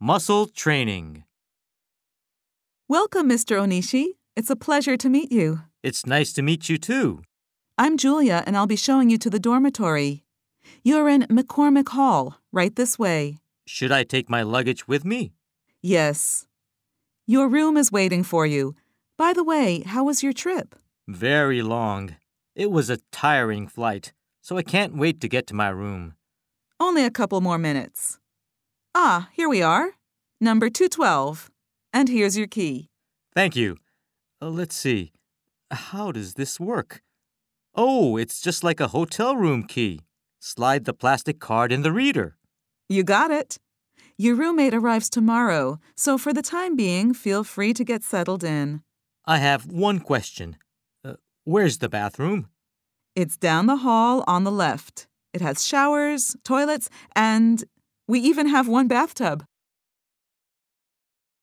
Muscle training. Welcome, Mr. Onishi. It's a pleasure to meet you. It's nice to meet you too. I'm Julia, and I'll be showing you to the dormitory. You're in McCormick Hall, right this way. Should I take my luggage with me? Yes. Your room is waiting for you. By the way, how was your trip? Very long. It was a tiring flight, so I can't wait to get to my room. Only a couple more minutes. Ah, here we are. Number 212. And here's your key. Thank you. Uh, let's see. How does this work? Oh, it's just like a hotel room key. Slide the plastic card in the reader. You got it. Your roommate arrives tomorrow, so for the time being, feel free to get settled in. I have one question. Uh, where's the bathroom? It's down the hall on the left. It has showers, toilets, and we even have one bathtub.